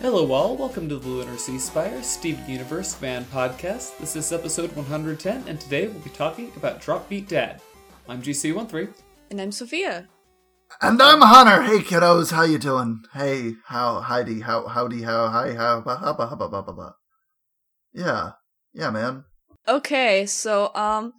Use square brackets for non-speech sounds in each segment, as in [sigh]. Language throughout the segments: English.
Hello, all. Welcome to the Lunar Sea Spire Steven Universe Fan Podcast. This is episode 110, and today we'll be talking about Dropbeat Dad. I'm GC13. And I'm Sophia. And I'm Hunter. Hey kiddos, how you doing? Hey, how Heidi, how howdy, how hi, how ba ha ba ha ba ba ba ba. Yeah, yeah, man. Okay, so um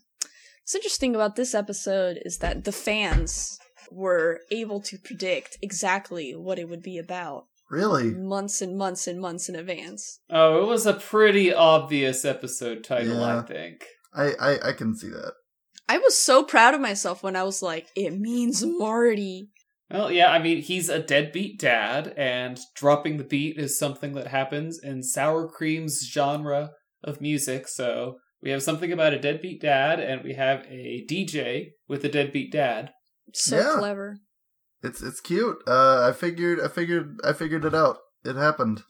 what's interesting about this episode is that the fans were able to predict exactly what it would be about Really? months and months and months in advance. Oh, it was a pretty obvious episode title, I Yeah. think. I, I I can see that. I was so proud of myself when I was like, it means Marty. Well, yeah, I mean, he's a deadbeat dad, and dropping the beat is something that happens in Sour Cream's genre of music. So we have something about a deadbeat dad, and we have a DJ with a deadbeat dad. So Yeah. clever. [laughs] It's it's cute. Uh I figured I figured I figured it out. It happened.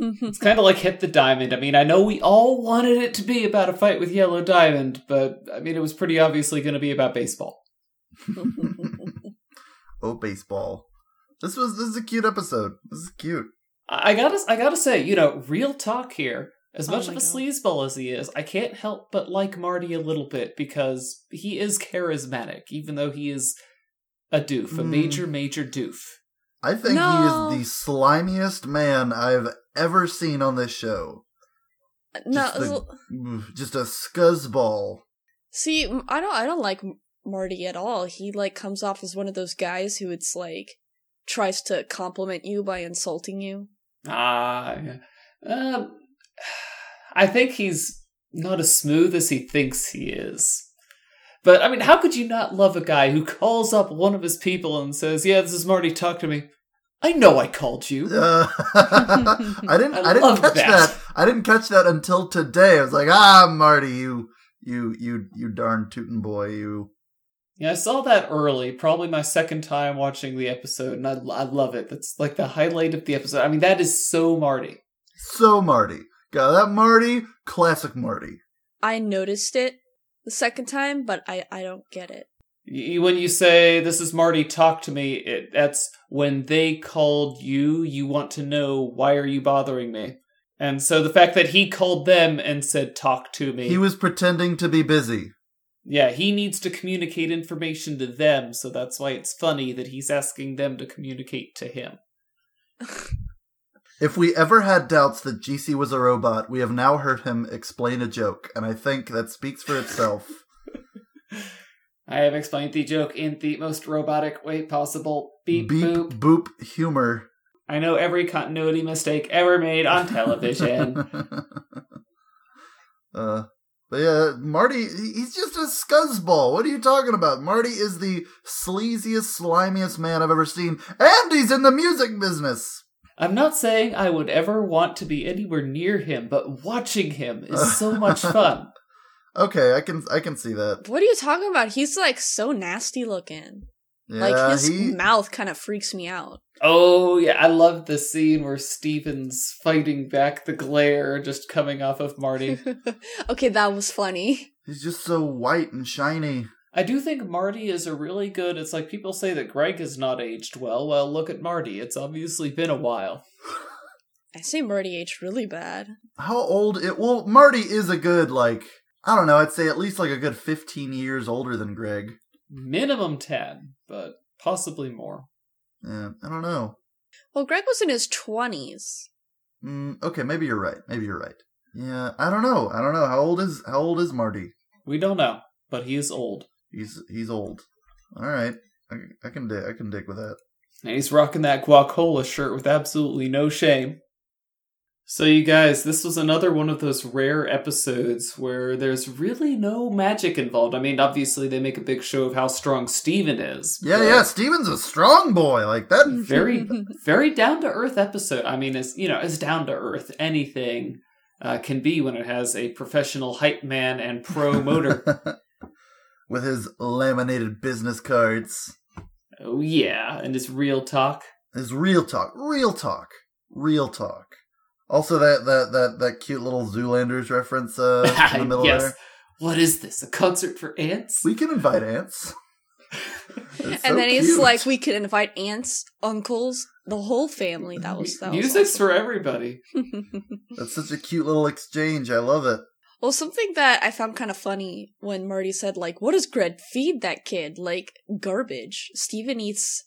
Mhm. It's kind of like Hit the Diamond. I mean, I know we all wanted it to be about a fight with Yellow Diamond, but I mean, it was pretty obviously going to be about baseball. oh baseball. This was this is a cute episode. This is cute. I I gotta, I gotta say, you know, real talk here. As Oh much my of a God. sleazeball as he is, I can't help but like Marty a little bit because he is charismatic, even though he is a doof, a Hmm. Mm. major, major doof. I think No. he is the slimiest man I've ever seen on this show. no, Just the- Oof, Just a scuzzball. See, m- I don't I don't like M- Marty at all. He like comes off as one of those guys who it's like tries to compliment you by insulting you. Ah, yeah. um, I think he's not as smooth as he thinks he is. But I mean, how could you not love a guy who calls up one of his people and says, "Yeah, this is Marty. Talk to me. I know I called you." Uh, [laughs] I didn't. I I, didn't love catch that. that. I didn't catch that until today. I was like, ah, Marty, you, you, you, you darn tootin' boy, you. Yeah, I saw that early. Probably my second time watching the episode, and I, I love it. That's like the highlight of the episode. I mean, that is so Marty. So Marty, got that Marty, classic Marty. I noticed it the second time, but I I don't get it. Y- When you say this is Marty, talk to me. It, that's when they called you. You want to know why are you bothering me? And so the fact that he called them and said talk to me. He was pretending to be busy. yeah, he needs to communicate information to them. So that's why it's funny that he's asking them to communicate to him. If we ever had doubts that GC was a robot, we have now heard him explain a joke, and I think that speaks for itself. I have explained the joke in the most robotic way possible. Beep, boop. boop humor. I know every continuity mistake ever made on [laughs] television. uh, but yeah, Marty, he- he's just a scuzzball. What are you talking about? Marty is the sleaziest, slimiest man I've ever seen, and he's in the music business. I'm not saying I would ever want to be anywhere near him, but watching him is so much fun. Okay, I can I can see that. What are you talking about? He's like so nasty looking. Yeah, like his he, mouth kind of freaks me out. [laughs] Oh, yeah, I love the scene where Steven's fighting back the glare just coming off of [laughs] Marty. okay, that was funny. he's just so white and shiny. I do think Marty is a really good. It's like people say that Greg has not aged well. Well, look at Marty. It's obviously been a while. I say Marty aged really bad. How old it? Well, Marty is a good like I don't know. I'd say at least like a good fifteen years older than Greg. Minimum 10, but possibly more. Yeah, I don't know. Well, Greg was in his twenties. Mm, okay, maybe you're right. Maybe you're right. Yeah, I don't know. I don't know how old is how old is Marty? We don't know, but he is old. He's he's old. All right, I, I can dig. I can dig with that. And he's rocking that guacola shirt with absolutely no shame. So, you guys, this was another one of those rare episodes where there's really no magic involved. I mean, obviously, they make a big show of how strong Steven is. Yeah, but yeah. Steven's a strong boy. Like that. Very, very down to earth episode. I mean, as you know, as down to earth anything uh, can be when it has a professional hype man and pro [laughs] motor. with his laminated business cards. oh, yeah, and it's real talk. His real talk. Real talk. Real talk. Also, that that that that cute little Zoolander's reference uh, [laughs] [laughs] in the middle yes. there. What is this? A concert for ants? [laughs] We can invite ants. It's so and then he's cute. like, we could invite aunts, uncles, the whole family. That was that was Music's for everybody. awesome. [laughs] That's such a cute little exchange. I love it. Well, something that I found kind of funny when Marty said, like, what does Gred feed that kid? Like, garbage. Steven eats,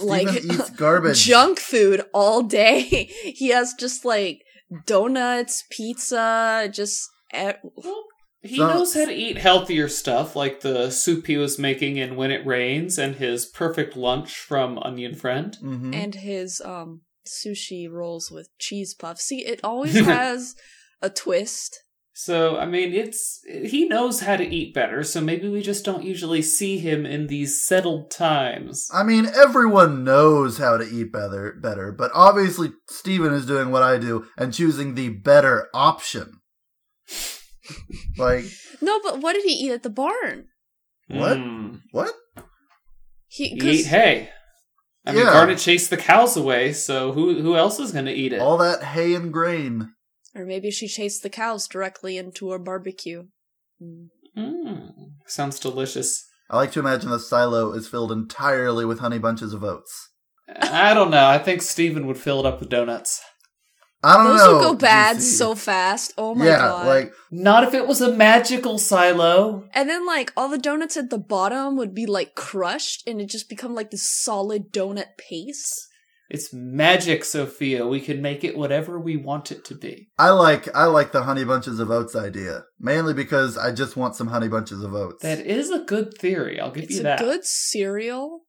like, Steven [laughs] eats garbage. junk food all day. [laughs] he has just, like, donuts, pizza, just. e- Well, he So- knows how to eat healthier stuff, like the soup he was making in When It Rains and his perfect lunch from Onion Friend. hmm And his um sushi rolls with cheese puffs. See, it always has a twist. So, I mean, it's he knows how to eat better, so maybe we just don't usually see him in these settled times. I mean, everyone knows how to eat better, better, but obviously Steven is doing what I do and choosing the better [laughs] option. like, No, but what did he eat at the barn? what? Mm. what? He, He 'cause- ate hay. I mean, Yeah. Garnet chased the cows away, so who who else is going to eat it? All that hay and grain. Or maybe she chased the cows directly into a barbecue. Mm. Mm. Sounds delicious. I like to imagine the silo is filled entirely with honey bunches of oats. I don't know. I think Steven would fill it up with donuts. I don't Those know. will go bad GC. so fast. Oh my Oh, yeah, god. like Not if it was a magical silo. and then like all the donuts at the bottom would be like crushed and it just become like this solid donut paste. It's magic, Sophia. We can make it whatever we want it to be. I like I like the honey bunches of oats idea mainly because I just want some honey bunches of oats. That is a good theory. I'll give It's you a that. good cereal,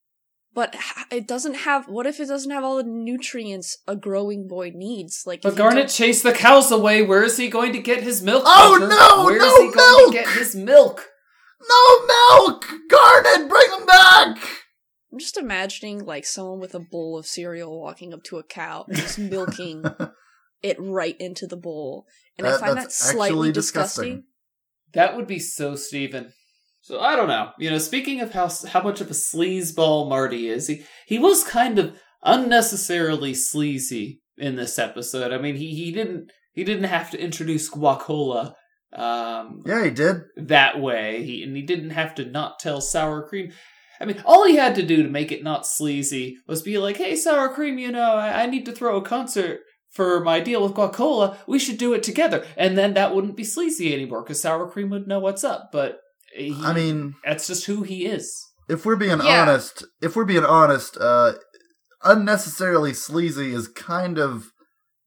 but h- it doesn't have what if it doesn't have all the nutrients a growing boy needs? Like but if you Garnet don't- chased the cows away. Where is he going to get his milk? Oh, Parker? no, Where is no he going milk! to get his milk? no milk, Garnet, bring them back. I'm just imagining like someone with a bowl of cereal walking up to a cow and just milking it right into the bowl. And I That- find that that's slightly actually disgusting. That would be so Steven. So I don't know. You know, speaking of how how much of a sleazeball Marty is, he he was kind of unnecessarily sleazy in this episode. I mean, he he didn't he didn't have to introduce guacola. Um, Yeah, he did. that way, he, and he didn't have to not tell sour cream. I mean, all he had to do to make it not sleazy was be like, "Hey, sour cream, you know, I, I need to throw a concert for my deal with Guacola. We should do it together," and then that wouldn't be sleazy anymore because sour cream would know what's up. But he, I mean, that's just who he is. if we're being Yeah. honest, if we're being honest, uh, unnecessarily sleazy is kind of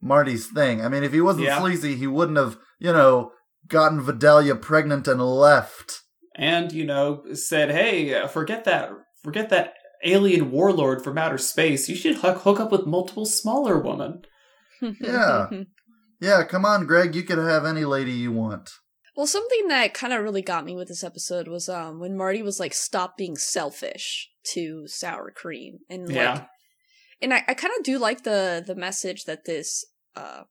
Marty's thing. I mean, if he wasn't Yeah. sleazy, he wouldn't have, you know, gotten Vidalia pregnant and left. And you know, said, "Hey, uh, forget that, forget that." Alien warlord from outer space, you should hook hook up with multiple smaller women. [laughs] Yeah. Yeah, come on, Greg, you could have any lady you want. Well, something that kind of really got me with this episode was um when Marty was like, "Stop being selfish" to sour cream, and like, Yeah. and I, I kind of do like the the message that this uh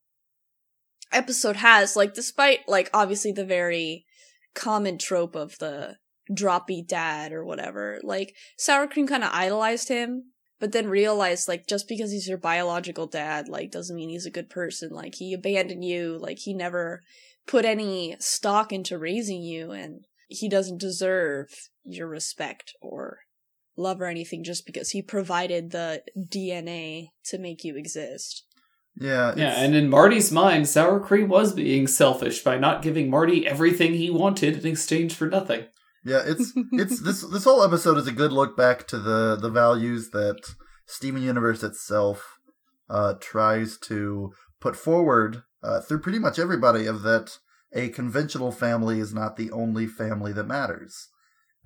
episode has. Like, despite like obviously the very common trope of the droppy dad or whatever, like sour cream kind of idolized him. But then realized, like, just because he's your biological dad, like, doesn't mean he's a good person. Like, he abandoned you. Like, he never put any stock into raising you and he doesn't deserve your respect or love or anything just because he provided the DNA to make you exist. Yeah, Yeah, it's- and in Marty's mind, Sour Cream was being selfish by not giving Marty everything he wanted in exchange for nothing. yeah, it's it's this this whole episode is a good look back to the the values that Steven Universe itself uh, tries to put forward uh, through pretty much everybody of that a conventional family is not the only family that matters.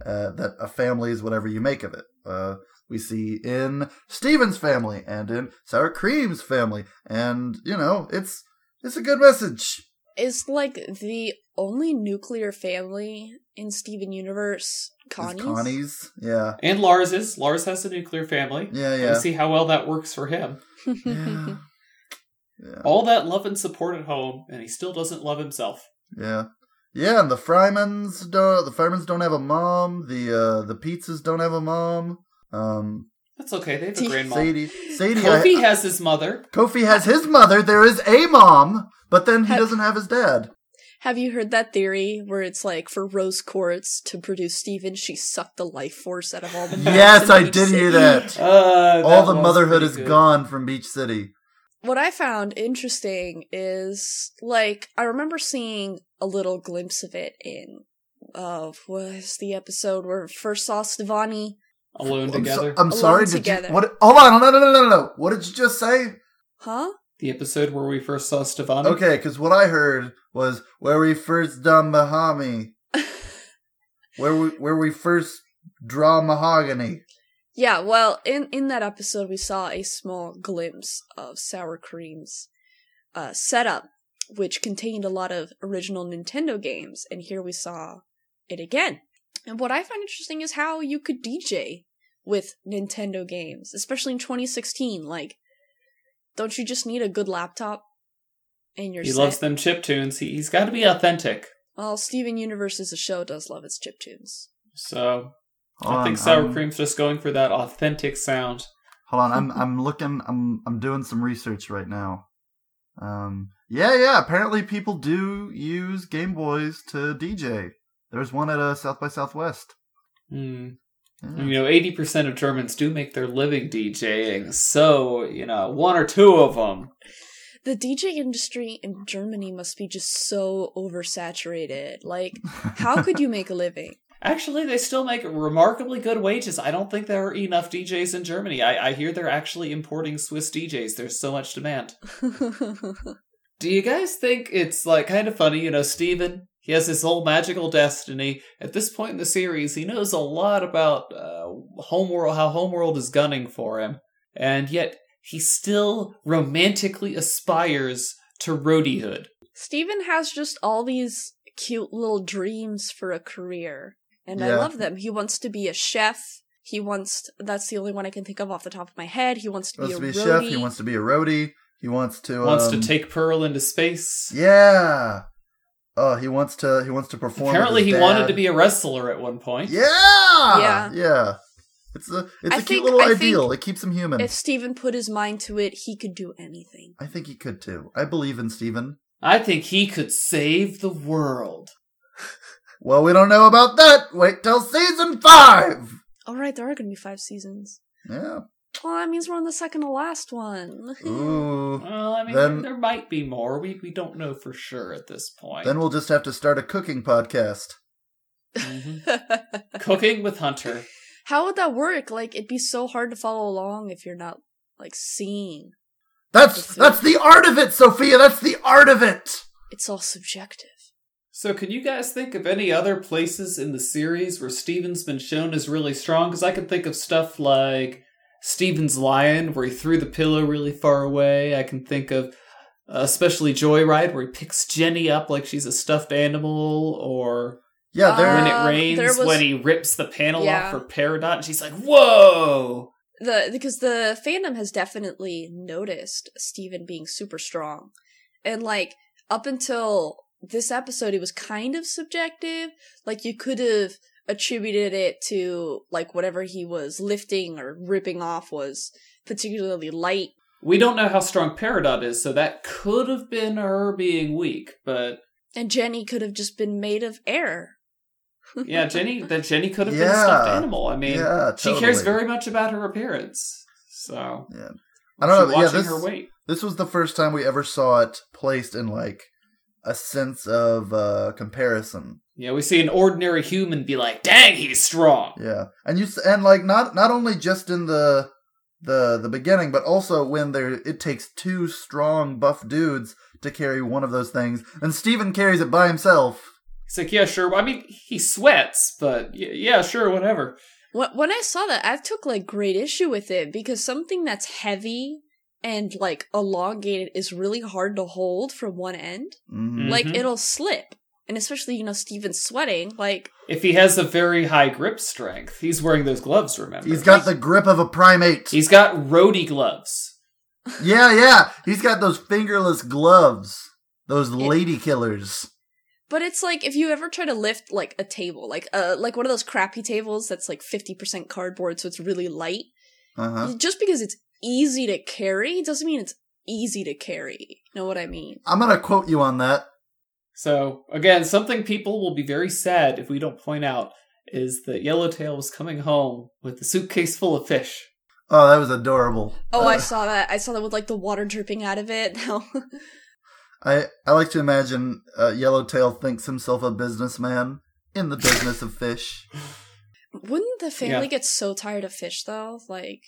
Uh, that a family is whatever you make of it. Uh, we see in Steven's family and in Sour Cream's family, and you know it's it's a good message. Is like the only nuclear family in Steven Universe It's Connie's. Connie's, yeah. And Lars is. Lars has a nuclear family. Yeah, We'll yeah. see how well that works for him. [laughs] yeah. yeah. All that love and support at home, and he still doesn't love himself. Yeah. Yeah, and the Frymans don't the Frymans don't have a mom, the uh the pizzas don't have a mom. Um That's okay, they have a grandma. Sadie Sadie Kofi I- has his mother. Kofi has his mother, there is a mom, but then he Ha- doesn't have his dad. Have you heard that theory where it's like for Rose Quartz to produce Steven, she sucked the life force out of all the Yes, males in I Beach did hear City? that. Uh, All that the was motherhood pretty is good. gone from Beach City. What I found interesting is like I remember seeing a little glimpse of it in of was the episode where we first saw Stevani. Alone I'm, so- together. I'm sorry. Alone Did together. you? What? Hold on. No, no, no, no, no. What did you just say? Huh? the episode where we first saw Stefani. Okay, because what I heard was where we first done Mahami, where we where we first draw mahogany. Yeah, well, in in that episode, we saw a small glimpse of Sour Cream's uh, setup, which contained a lot of original Nintendo games, and here we saw it again. And what I find interesting is how you could DJ with Nintendo games, especially in 2016. Like, don't you just need a good laptop? And your He set? loves them chip tunes. He, he's got to be authentic. Well, Steven Universe is a show does love its chiptunes. So Hold I on, think sour I'm- cream's just going for that authentic sound. Hold on, I'm I'm looking. I'm I'm doing some research right now. Um, yeah, yeah. Apparently, people do use Game Boys to DJ. There's one at uh, South by Southwest. Hmm. Yeah. You know, eighty percent of Germans do make their living DJing. So you know, one or two of them. The DJ industry in Germany must be just so oversaturated. Like, how could you make a living? [laughs] Actually, they still make remarkably good wages. I don't think there are enough DJs in Germany. I, I hear they're actually importing Swiss DJs. There's so much demand. Do you guys think it's like kind of funny, you know, Steven, he has his whole magical destiny. At this point in the series, he knows a lot about uh, homeworld, how homeworld is gunning for him, and yet he still romantically aspires to roadiehood. Steven has just all these cute little dreams for a career, and I Yeah. love them. He wants to be a chef. He wants, that's the only one I can think of off the top of my head. He wants to He wants to be be a a roadie. chef. He wants to be a roadie. He wants to Wants um, to take Pearl into space. Yeah. Oh, he wants to. He wants to perform. with Apparently, he his wanted dad. to be a wrestler at one point. Yeah. Yeah. Yeah. It's a it's I a cute think- little I think ideal. It keeps him human. if Steven put his mind to it, he could do anything. I think he could too. I believe in Steven. I think he could save the world. Well, we don't know about that. Wait till season five. All right, there are going to be five seasons. Yeah. Well, that means we're on the second to last one. Ooh. Well, I mean, Then- there might be more. We we don't know for sure at this point. Then we'll just have to start a cooking podcast. Mhm. [laughs] Cooking with Hunter. How would that work? Like, it'd be so hard to follow along if you're not, like, seeing. That's That's it. that's the art of it, Sophia. That's the art of it. It's all subjective. So, can you guys think of any other places in the series where Steven's been shown as really strong? Because I can think of stuff like Steven's Lion, where he threw the pillow really far away. I can think of uh, especially Joyride, where he picks Jenny up like she's a stuffed animal, or Yeah. There. when Uh, it there rains, was- when he rips the panel Yeah. off for Peridot, and she's like, "Whoa!" The because the fandom has definitely noticed Steven being super strong. And like up until this episode it was kind of subjective. Like you could have attributed it to like whatever he was lifting or ripping off was particularly light. We don't know how strong Peridot is, so that could have been her being weak. But And Jenny could have just been made of air. [laughs] yeah, Jenny, that Jenny could have been a Yeah. stuffed animal. I mean, yeah. She totally. cares very much about her appearance. So I don't she's know. but Yeah. watching This, her weight. this was the first time we ever saw it placed in like a sense of uh comparison. Yeah, we see an ordinary human be like, "Dang, he's strong." Yeah, and you s- and like not not only just in the the the beginning, but also when there it takes two strong buff dudes to carry one of those things, and Steven carries it by himself. He's like, "Yeah, sure." I mean, he sweats, but y- yeah, sure, whatever. Wh- When I saw that, I took like great issue with it because something that's heavy and like elongated is really hard to hold from one end. Mhm. Like Mhm. it'll slip, and especially you know Steven's sweating. Like If he has a very high grip strength, he's wearing those gloves. Remember, He's got the grip of a primate. he's got roadie gloves. yeah, yeah. He's got those fingerless gloves. Those lady killers. But it's like if you ever try to lift like a table, like uh like one of those crappy tables that's like fifty percent cardboard, so it's really light. Uh huh. Just because it's easy to carry doesn't mean it's easy to carry. Know what I mean? I'm gonna quote you on that. So again, something people will be very sad if we don't point out is that Yellowtail was coming home with a suitcase full of fish. Oh, that was adorable. Oh, I Uh, saw that. I saw that with like the water dripping out of it. [laughs] I I like to imagine uh, Yellowtail thinks himself a businessman in the business of fish. Wouldn't the family Yeah. get so tired of fish though? Like,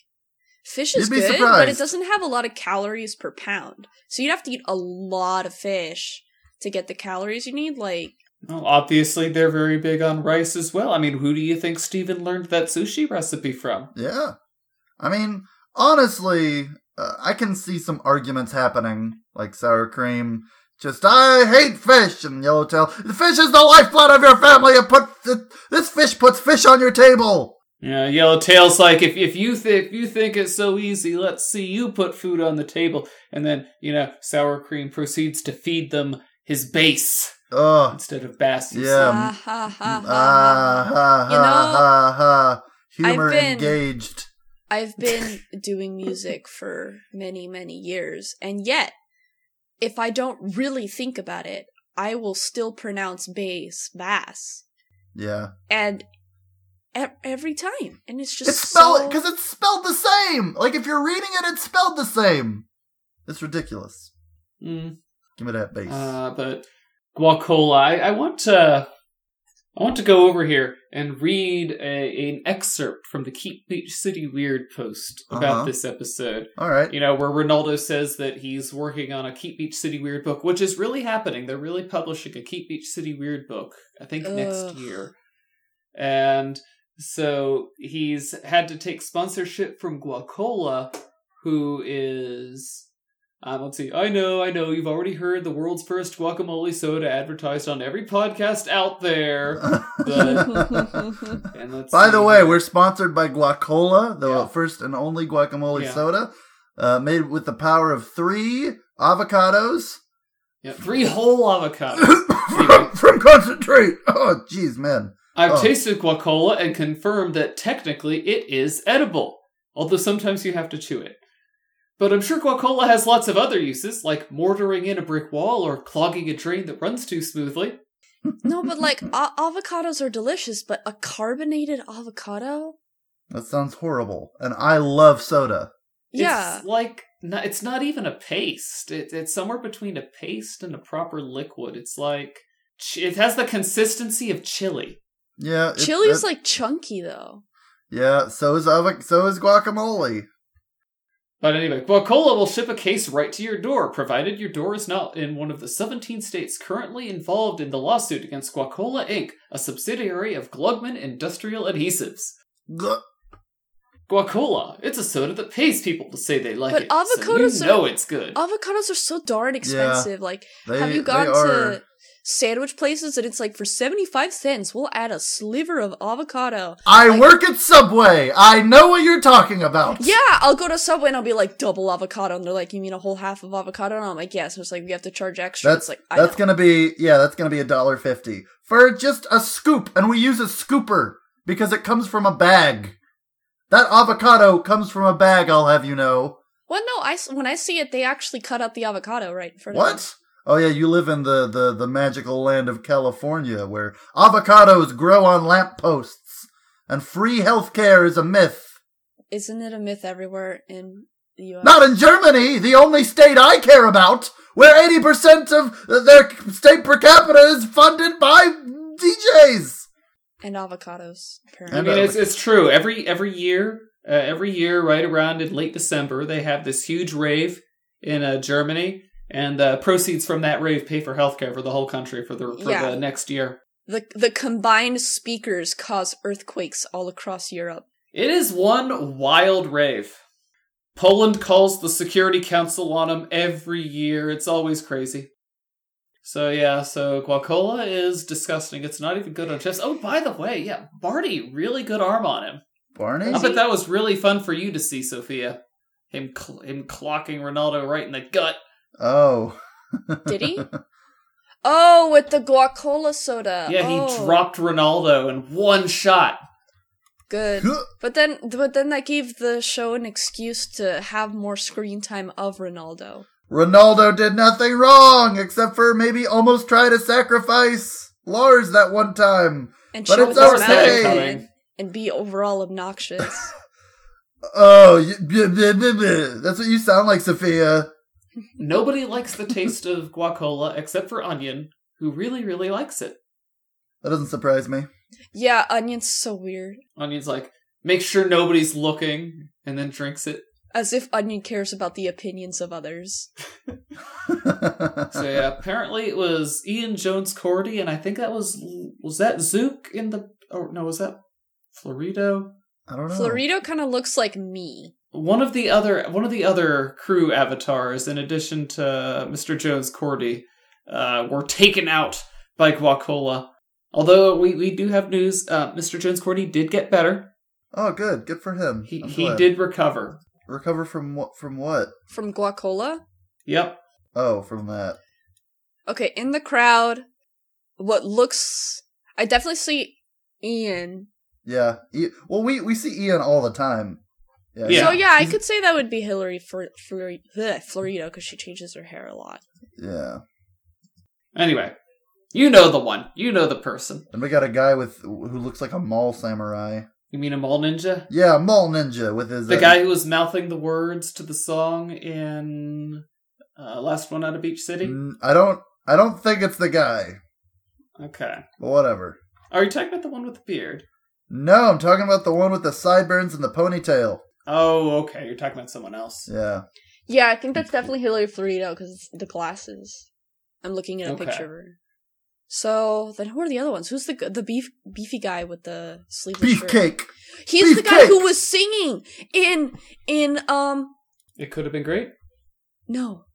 fish You'd is be good, but it surprised. doesn't have a lot of calories per pound. So you'd have to eat a lot of fish to get the calories you need. Like, Well, obviously they're very big on rice as well. I mean, who do you think Steven learned that sushi recipe from? Yeah, I mean, honestly, uh, I can see some arguments happening, like sour cream. Just I hate fish and Yellowtail. The fish is the lifeblood of your family. It put th- this fish puts fish on your table. Yeah, Yellowtail's like if if you th- if you think it's so easy, let's see you put food on the table, and then you know sour cream proceeds to feed them his base Ugh. instead of basses. Yeah. Um, ah, ha, ha, ha, Ah, ha. ha, You ha, know, ha, ha. Humor I've been- engaged. I've [laughs] been doing music for many, many years, and yet, if I don't really think about it, I will still pronounce bass bass, Yeah. and e- every time, and it's just it's spelled so- because it's spelled the same. Like if you're reading it, it's spelled the same. It's ridiculous. Mm, Give me that bass. uh, but guacola, I, I want to I want to go over here and read a, an excerpt from the Keep Beach City Weird post about Uh-huh. this episode. All right. you know, where Ronaldo says that he's working on a Keep Beach City Weird book, which is really happening. They're really publishing a Keep Beach City Weird book, I think, next Ugh. year. And so he's had to take sponsorship from Guacola, who is. Um, let's see. I know, I know. You've already heard the world's first guacamole soda advertised on every podcast out [laughs] there. [laughs] But- And let's By the see. way, we're sponsored by Guacola, the Yeah. first and only guacamole Yeah. soda, uh, made with the power of three avocados yeah, three whole avocados. [laughs] from, [coughs] from concentrate. Oh, jeez, man. I've Oh. tasted guacola and confirmed that technically it is edible, although sometimes you have to chew it. But I'm sure guacola has lots of other uses, like mortaring in a brick wall or clogging a drain that runs too smoothly. no, but like a- avocados are delicious, but a carbonated avocado, That sounds horrible. And I love soda. yeah, It's like, not, it's not even a paste. It, it's somewhere between a paste and a proper liquid. It's like, ch- it has the consistency of chili. Yeah, it- chili is that- like chunky though. yeah. So is avo- so is guacamole. But anyway, Guacola will ship a case right to your door, provided your door is not in one of the 17 states currently involved in the lawsuit against Guacola Inc., a subsidiary of Glugman Industrial Adhesives. Gl- Guacola, it's a soda that pays people to say they like But it. so avocados you are- know it's good. Avocados are so darn expensive. Like, They, have you they gone are- to sandwich places and it's like for seventy five cents we'll add a sliver of avocado? I Like- work at Subway. I know what you're talking about. Yeah, I'll go to Subway and I'll be like double avocado, and they're like, "You mean a whole half of avocado?" And I'm like, "Yes." And it's like we have to charge extra. That's it's like I that's know. gonna be yeah, that's gonna be a dollar fifty for just a scoop, and we use a scooper because it comes from a bag. That avocado comes from a bag. I'll have you know. Well, no, I s- when I see it, they actually cut out the avocado right in front of me. What? Oh yeah, you live in the the the magical land of California where avocados grow on lampposts, and free healthcare is a myth. Isn't it a myth everywhere in the U.S.? Not in Germany, the only state I care about, where 80% of their state per capita is funded by DJs. and avocados. Apparently. I mean, it's, it's true. Every every year, uh, every year, right around in late December, they have this huge rave in uh, Germany, and uh, proceeds from that rave pay for healthcare for the whole country for the for Yeah. the next year. the the combined speakers cause earthquakes all across Europe. It is one wild rave. Poland calls the Security Council on them every year. It's always crazy. So yeah, so guacola is disgusting. It's not even good on chefs. Oh, by the way, yeah, Barty really good arm on him. Barney? I Is he? bet that was really fun for you to see, Sophia. Him cl- him clocking Ronaldo right in the gut. Oh. [laughs] Did he? oh, with the guacola soda. Yeah, he Oh, dropped Ronaldo in one shot. Good, but then but then that gave the show an excuse to have more screen time of Ronaldo. Ronaldo did nothing wrong except for maybe almost try to sacrifice Lars that one time. and But show it's their our mouth thing. and- and be overall obnoxious. Oh, you, bleh, bleh, bleh, bleh. that's what you sound like, Sophia. Nobody likes the taste of guacola except for Onion, who really, really likes it. That doesn't surprise me. [laughs] yeah, onion's so weird. Onion's like, make sure nobody's looking, and then drinks it. As if onion cares about the opinions of others. [laughs] So yeah, apparently it was Ian Jones Cordy, and I think that was was that Zook in the oh no, was that Florido? I don't know. Florito kind of looks like me. One of the other one of the other crew avatars, in addition to Mr. Jones Cordy, uh, were taken out by Guacola. Although we, we do have news, uh, Mr. Jones Cordy did get better. Oh, good. Good for him. He I'm he glad. did recover. recover from what? From what? From Guacola? Yep. Oh, from that. Okay, in the crowd, what looks. I definitely see Ian. Yeah. E- well, we we see Ian all the time. Yeah. So, yeah, I He's- could say that would be Hillary for, for, Florito because she changes her hair a lot. Yeah. Anyway, you know the one. You know the person. And we got a guy with who looks like a mall samurai. You mean a mall ninja? Yeah, mall ninja with his The uh, guy who was mouthing the words to the song in uh, Last One Out of Beach City? N- I don't. I don't think it's the guy. Okay. But whatever. Are you talking about the one with the beard? No, I'm talking about the one with the sideburns and the ponytail. Oh, okay. You're talking about someone else. Yeah. Yeah, I think that's definitely Hillary Florito because the glasses. I'm looking at a Okay. picture of her. So then, who are the other ones? Who's the g- the beef beefy guy with the sleeveless shirt? Beefcake. He's the guy Beefcake! who was singing in in um It could have been great. no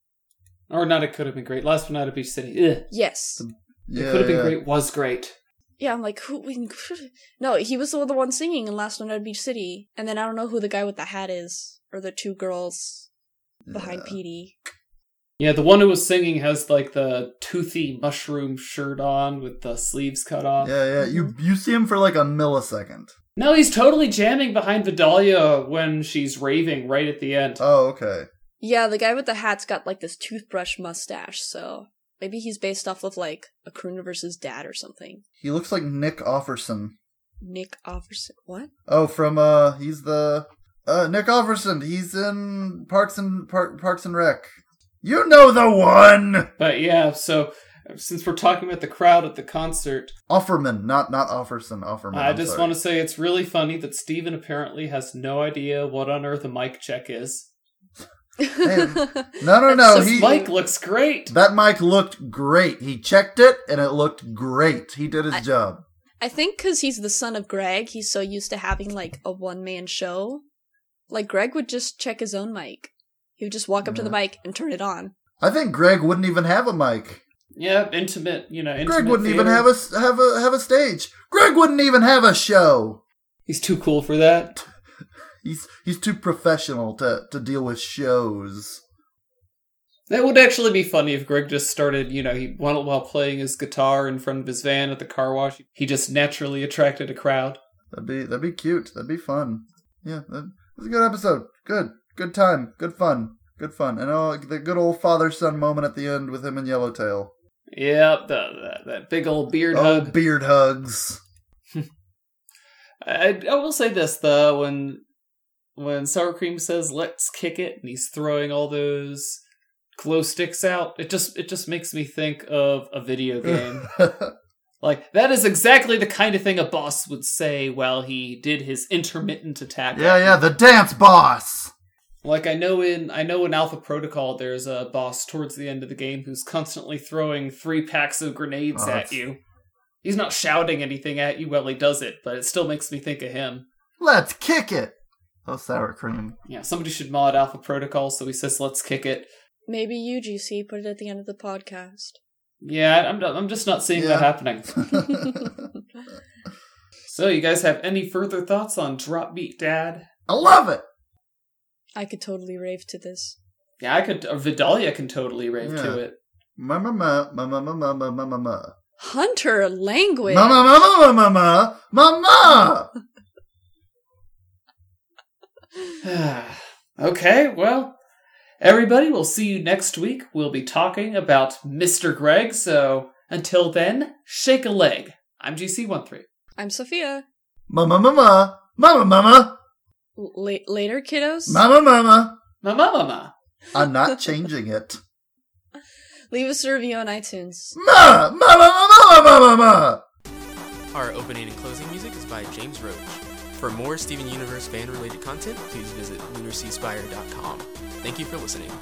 Or not, it could have been great. Last One Out of Beach City. Ugh. yes Yeah. it could have been yeah. great, was great. yeah I'm like who we- [laughs] no he was the other one singing in Last One at Beach City and then I don't know who the guy with the hat is or the two girls behind Yeah. Petey Yeah, the one who was singing has like the toothy mushroom shirt on with the sleeves cut off. Yeah, yeah. You Mm-hmm. you see him for like a millisecond. No, he's totally jamming behind Vidalia when she's raving right at the end. Oh, okay. yeah the guy with the hat's got like this toothbrush mustache so maybe he's based off of like a Krooniverse's dad or something He looks like Nick Offerson. Nick Offerson what Oh, from uh, he's the uh Nick Offerson. He's in Parks and Par- Parks and Rec. You know the one. But yeah, so uh, since we're talking about the crowd at the concert, Offerman, not not Offerson. Offerman. I just want to say it's really funny that Steven apparently has no idea what on earth a mic check is. to. No, no, no. That's Oh, He This mic looks great. that mic looked great. He checked it and it looked great. He did his I- job. [laughs] I think because he's the son of Greg, he's so used to having like a one man show. Like Greg would just check his own mic. He would just walk up to the Yeah. mic and turn it on. I think Greg wouldn't even have a mic. Yeah, intimate, you know, intimate. Greg wouldn't even theater. have a s- have a have a stage. Greg wouldn't even have a show. He's too cool for that. He's he's too professional to, to deal with shows. That would actually be funny if Greg just started, you know, he while while playing his guitar in front of his van at the car wash, he just naturally attracted a crowd. That'd be that'd be cute. That'd be fun. Yeah, that it was a good episode. Good, good time. Good fun. Good fun. And oh, the good old father son moment at the end with him and Yellowtail. Yep, the, the, that big old beard oh, hug. beard hugs. I, I will say this though, when when sour cream says "let's kick it" and he's throwing all those glow sticks out, it just it just makes me think of a video [laughs] game. like that is exactly the kind of thing a boss would say while he did his intermittent attack. yeah, yeah, the dance boss. Like I know in I know in Alpha Protocol, there's a boss towards the end of the game who's constantly throwing three packs of grenades Oh, at that's- you. He's not shouting anything at you while he does it, but it still makes me think of him. Let's kick it. Oh, sour cream. Yeah, somebody should mod Alpha Protocol so he says, "Let's kick it." Maybe you, GC, put it at the end of the podcast. Yeah, I'm I'm just not seeing Yeah. that happening. I So, you guys have any further thoughts on Drop Beat Dad? love it. I could totally rave to this. Yeah, I could. Or Vidalia can totally rave Yeah. to it. Ma ma ma ma ma ma ma ma ma ma ma Hunter language. ma ma ma ma ma ma ma ma. [sighs] okay, well, Everybody, we'll see you next week. We'll be talking about Mr. Greg, so until then, shake a leg. I'm GC13. I'm Sophia. Mama, mama, mama, mama, L- la- later, kiddos. mama, mama. Ma ma ma ma. I'm not changing it. Leave us a review on iTunes. Ma, ma, ma, ma, ma, ma, ma, ma. Our opening and closing music is by James Roach. For more Steven Universe fan related content, please visit lunarseaspire.com. Thank you for listening.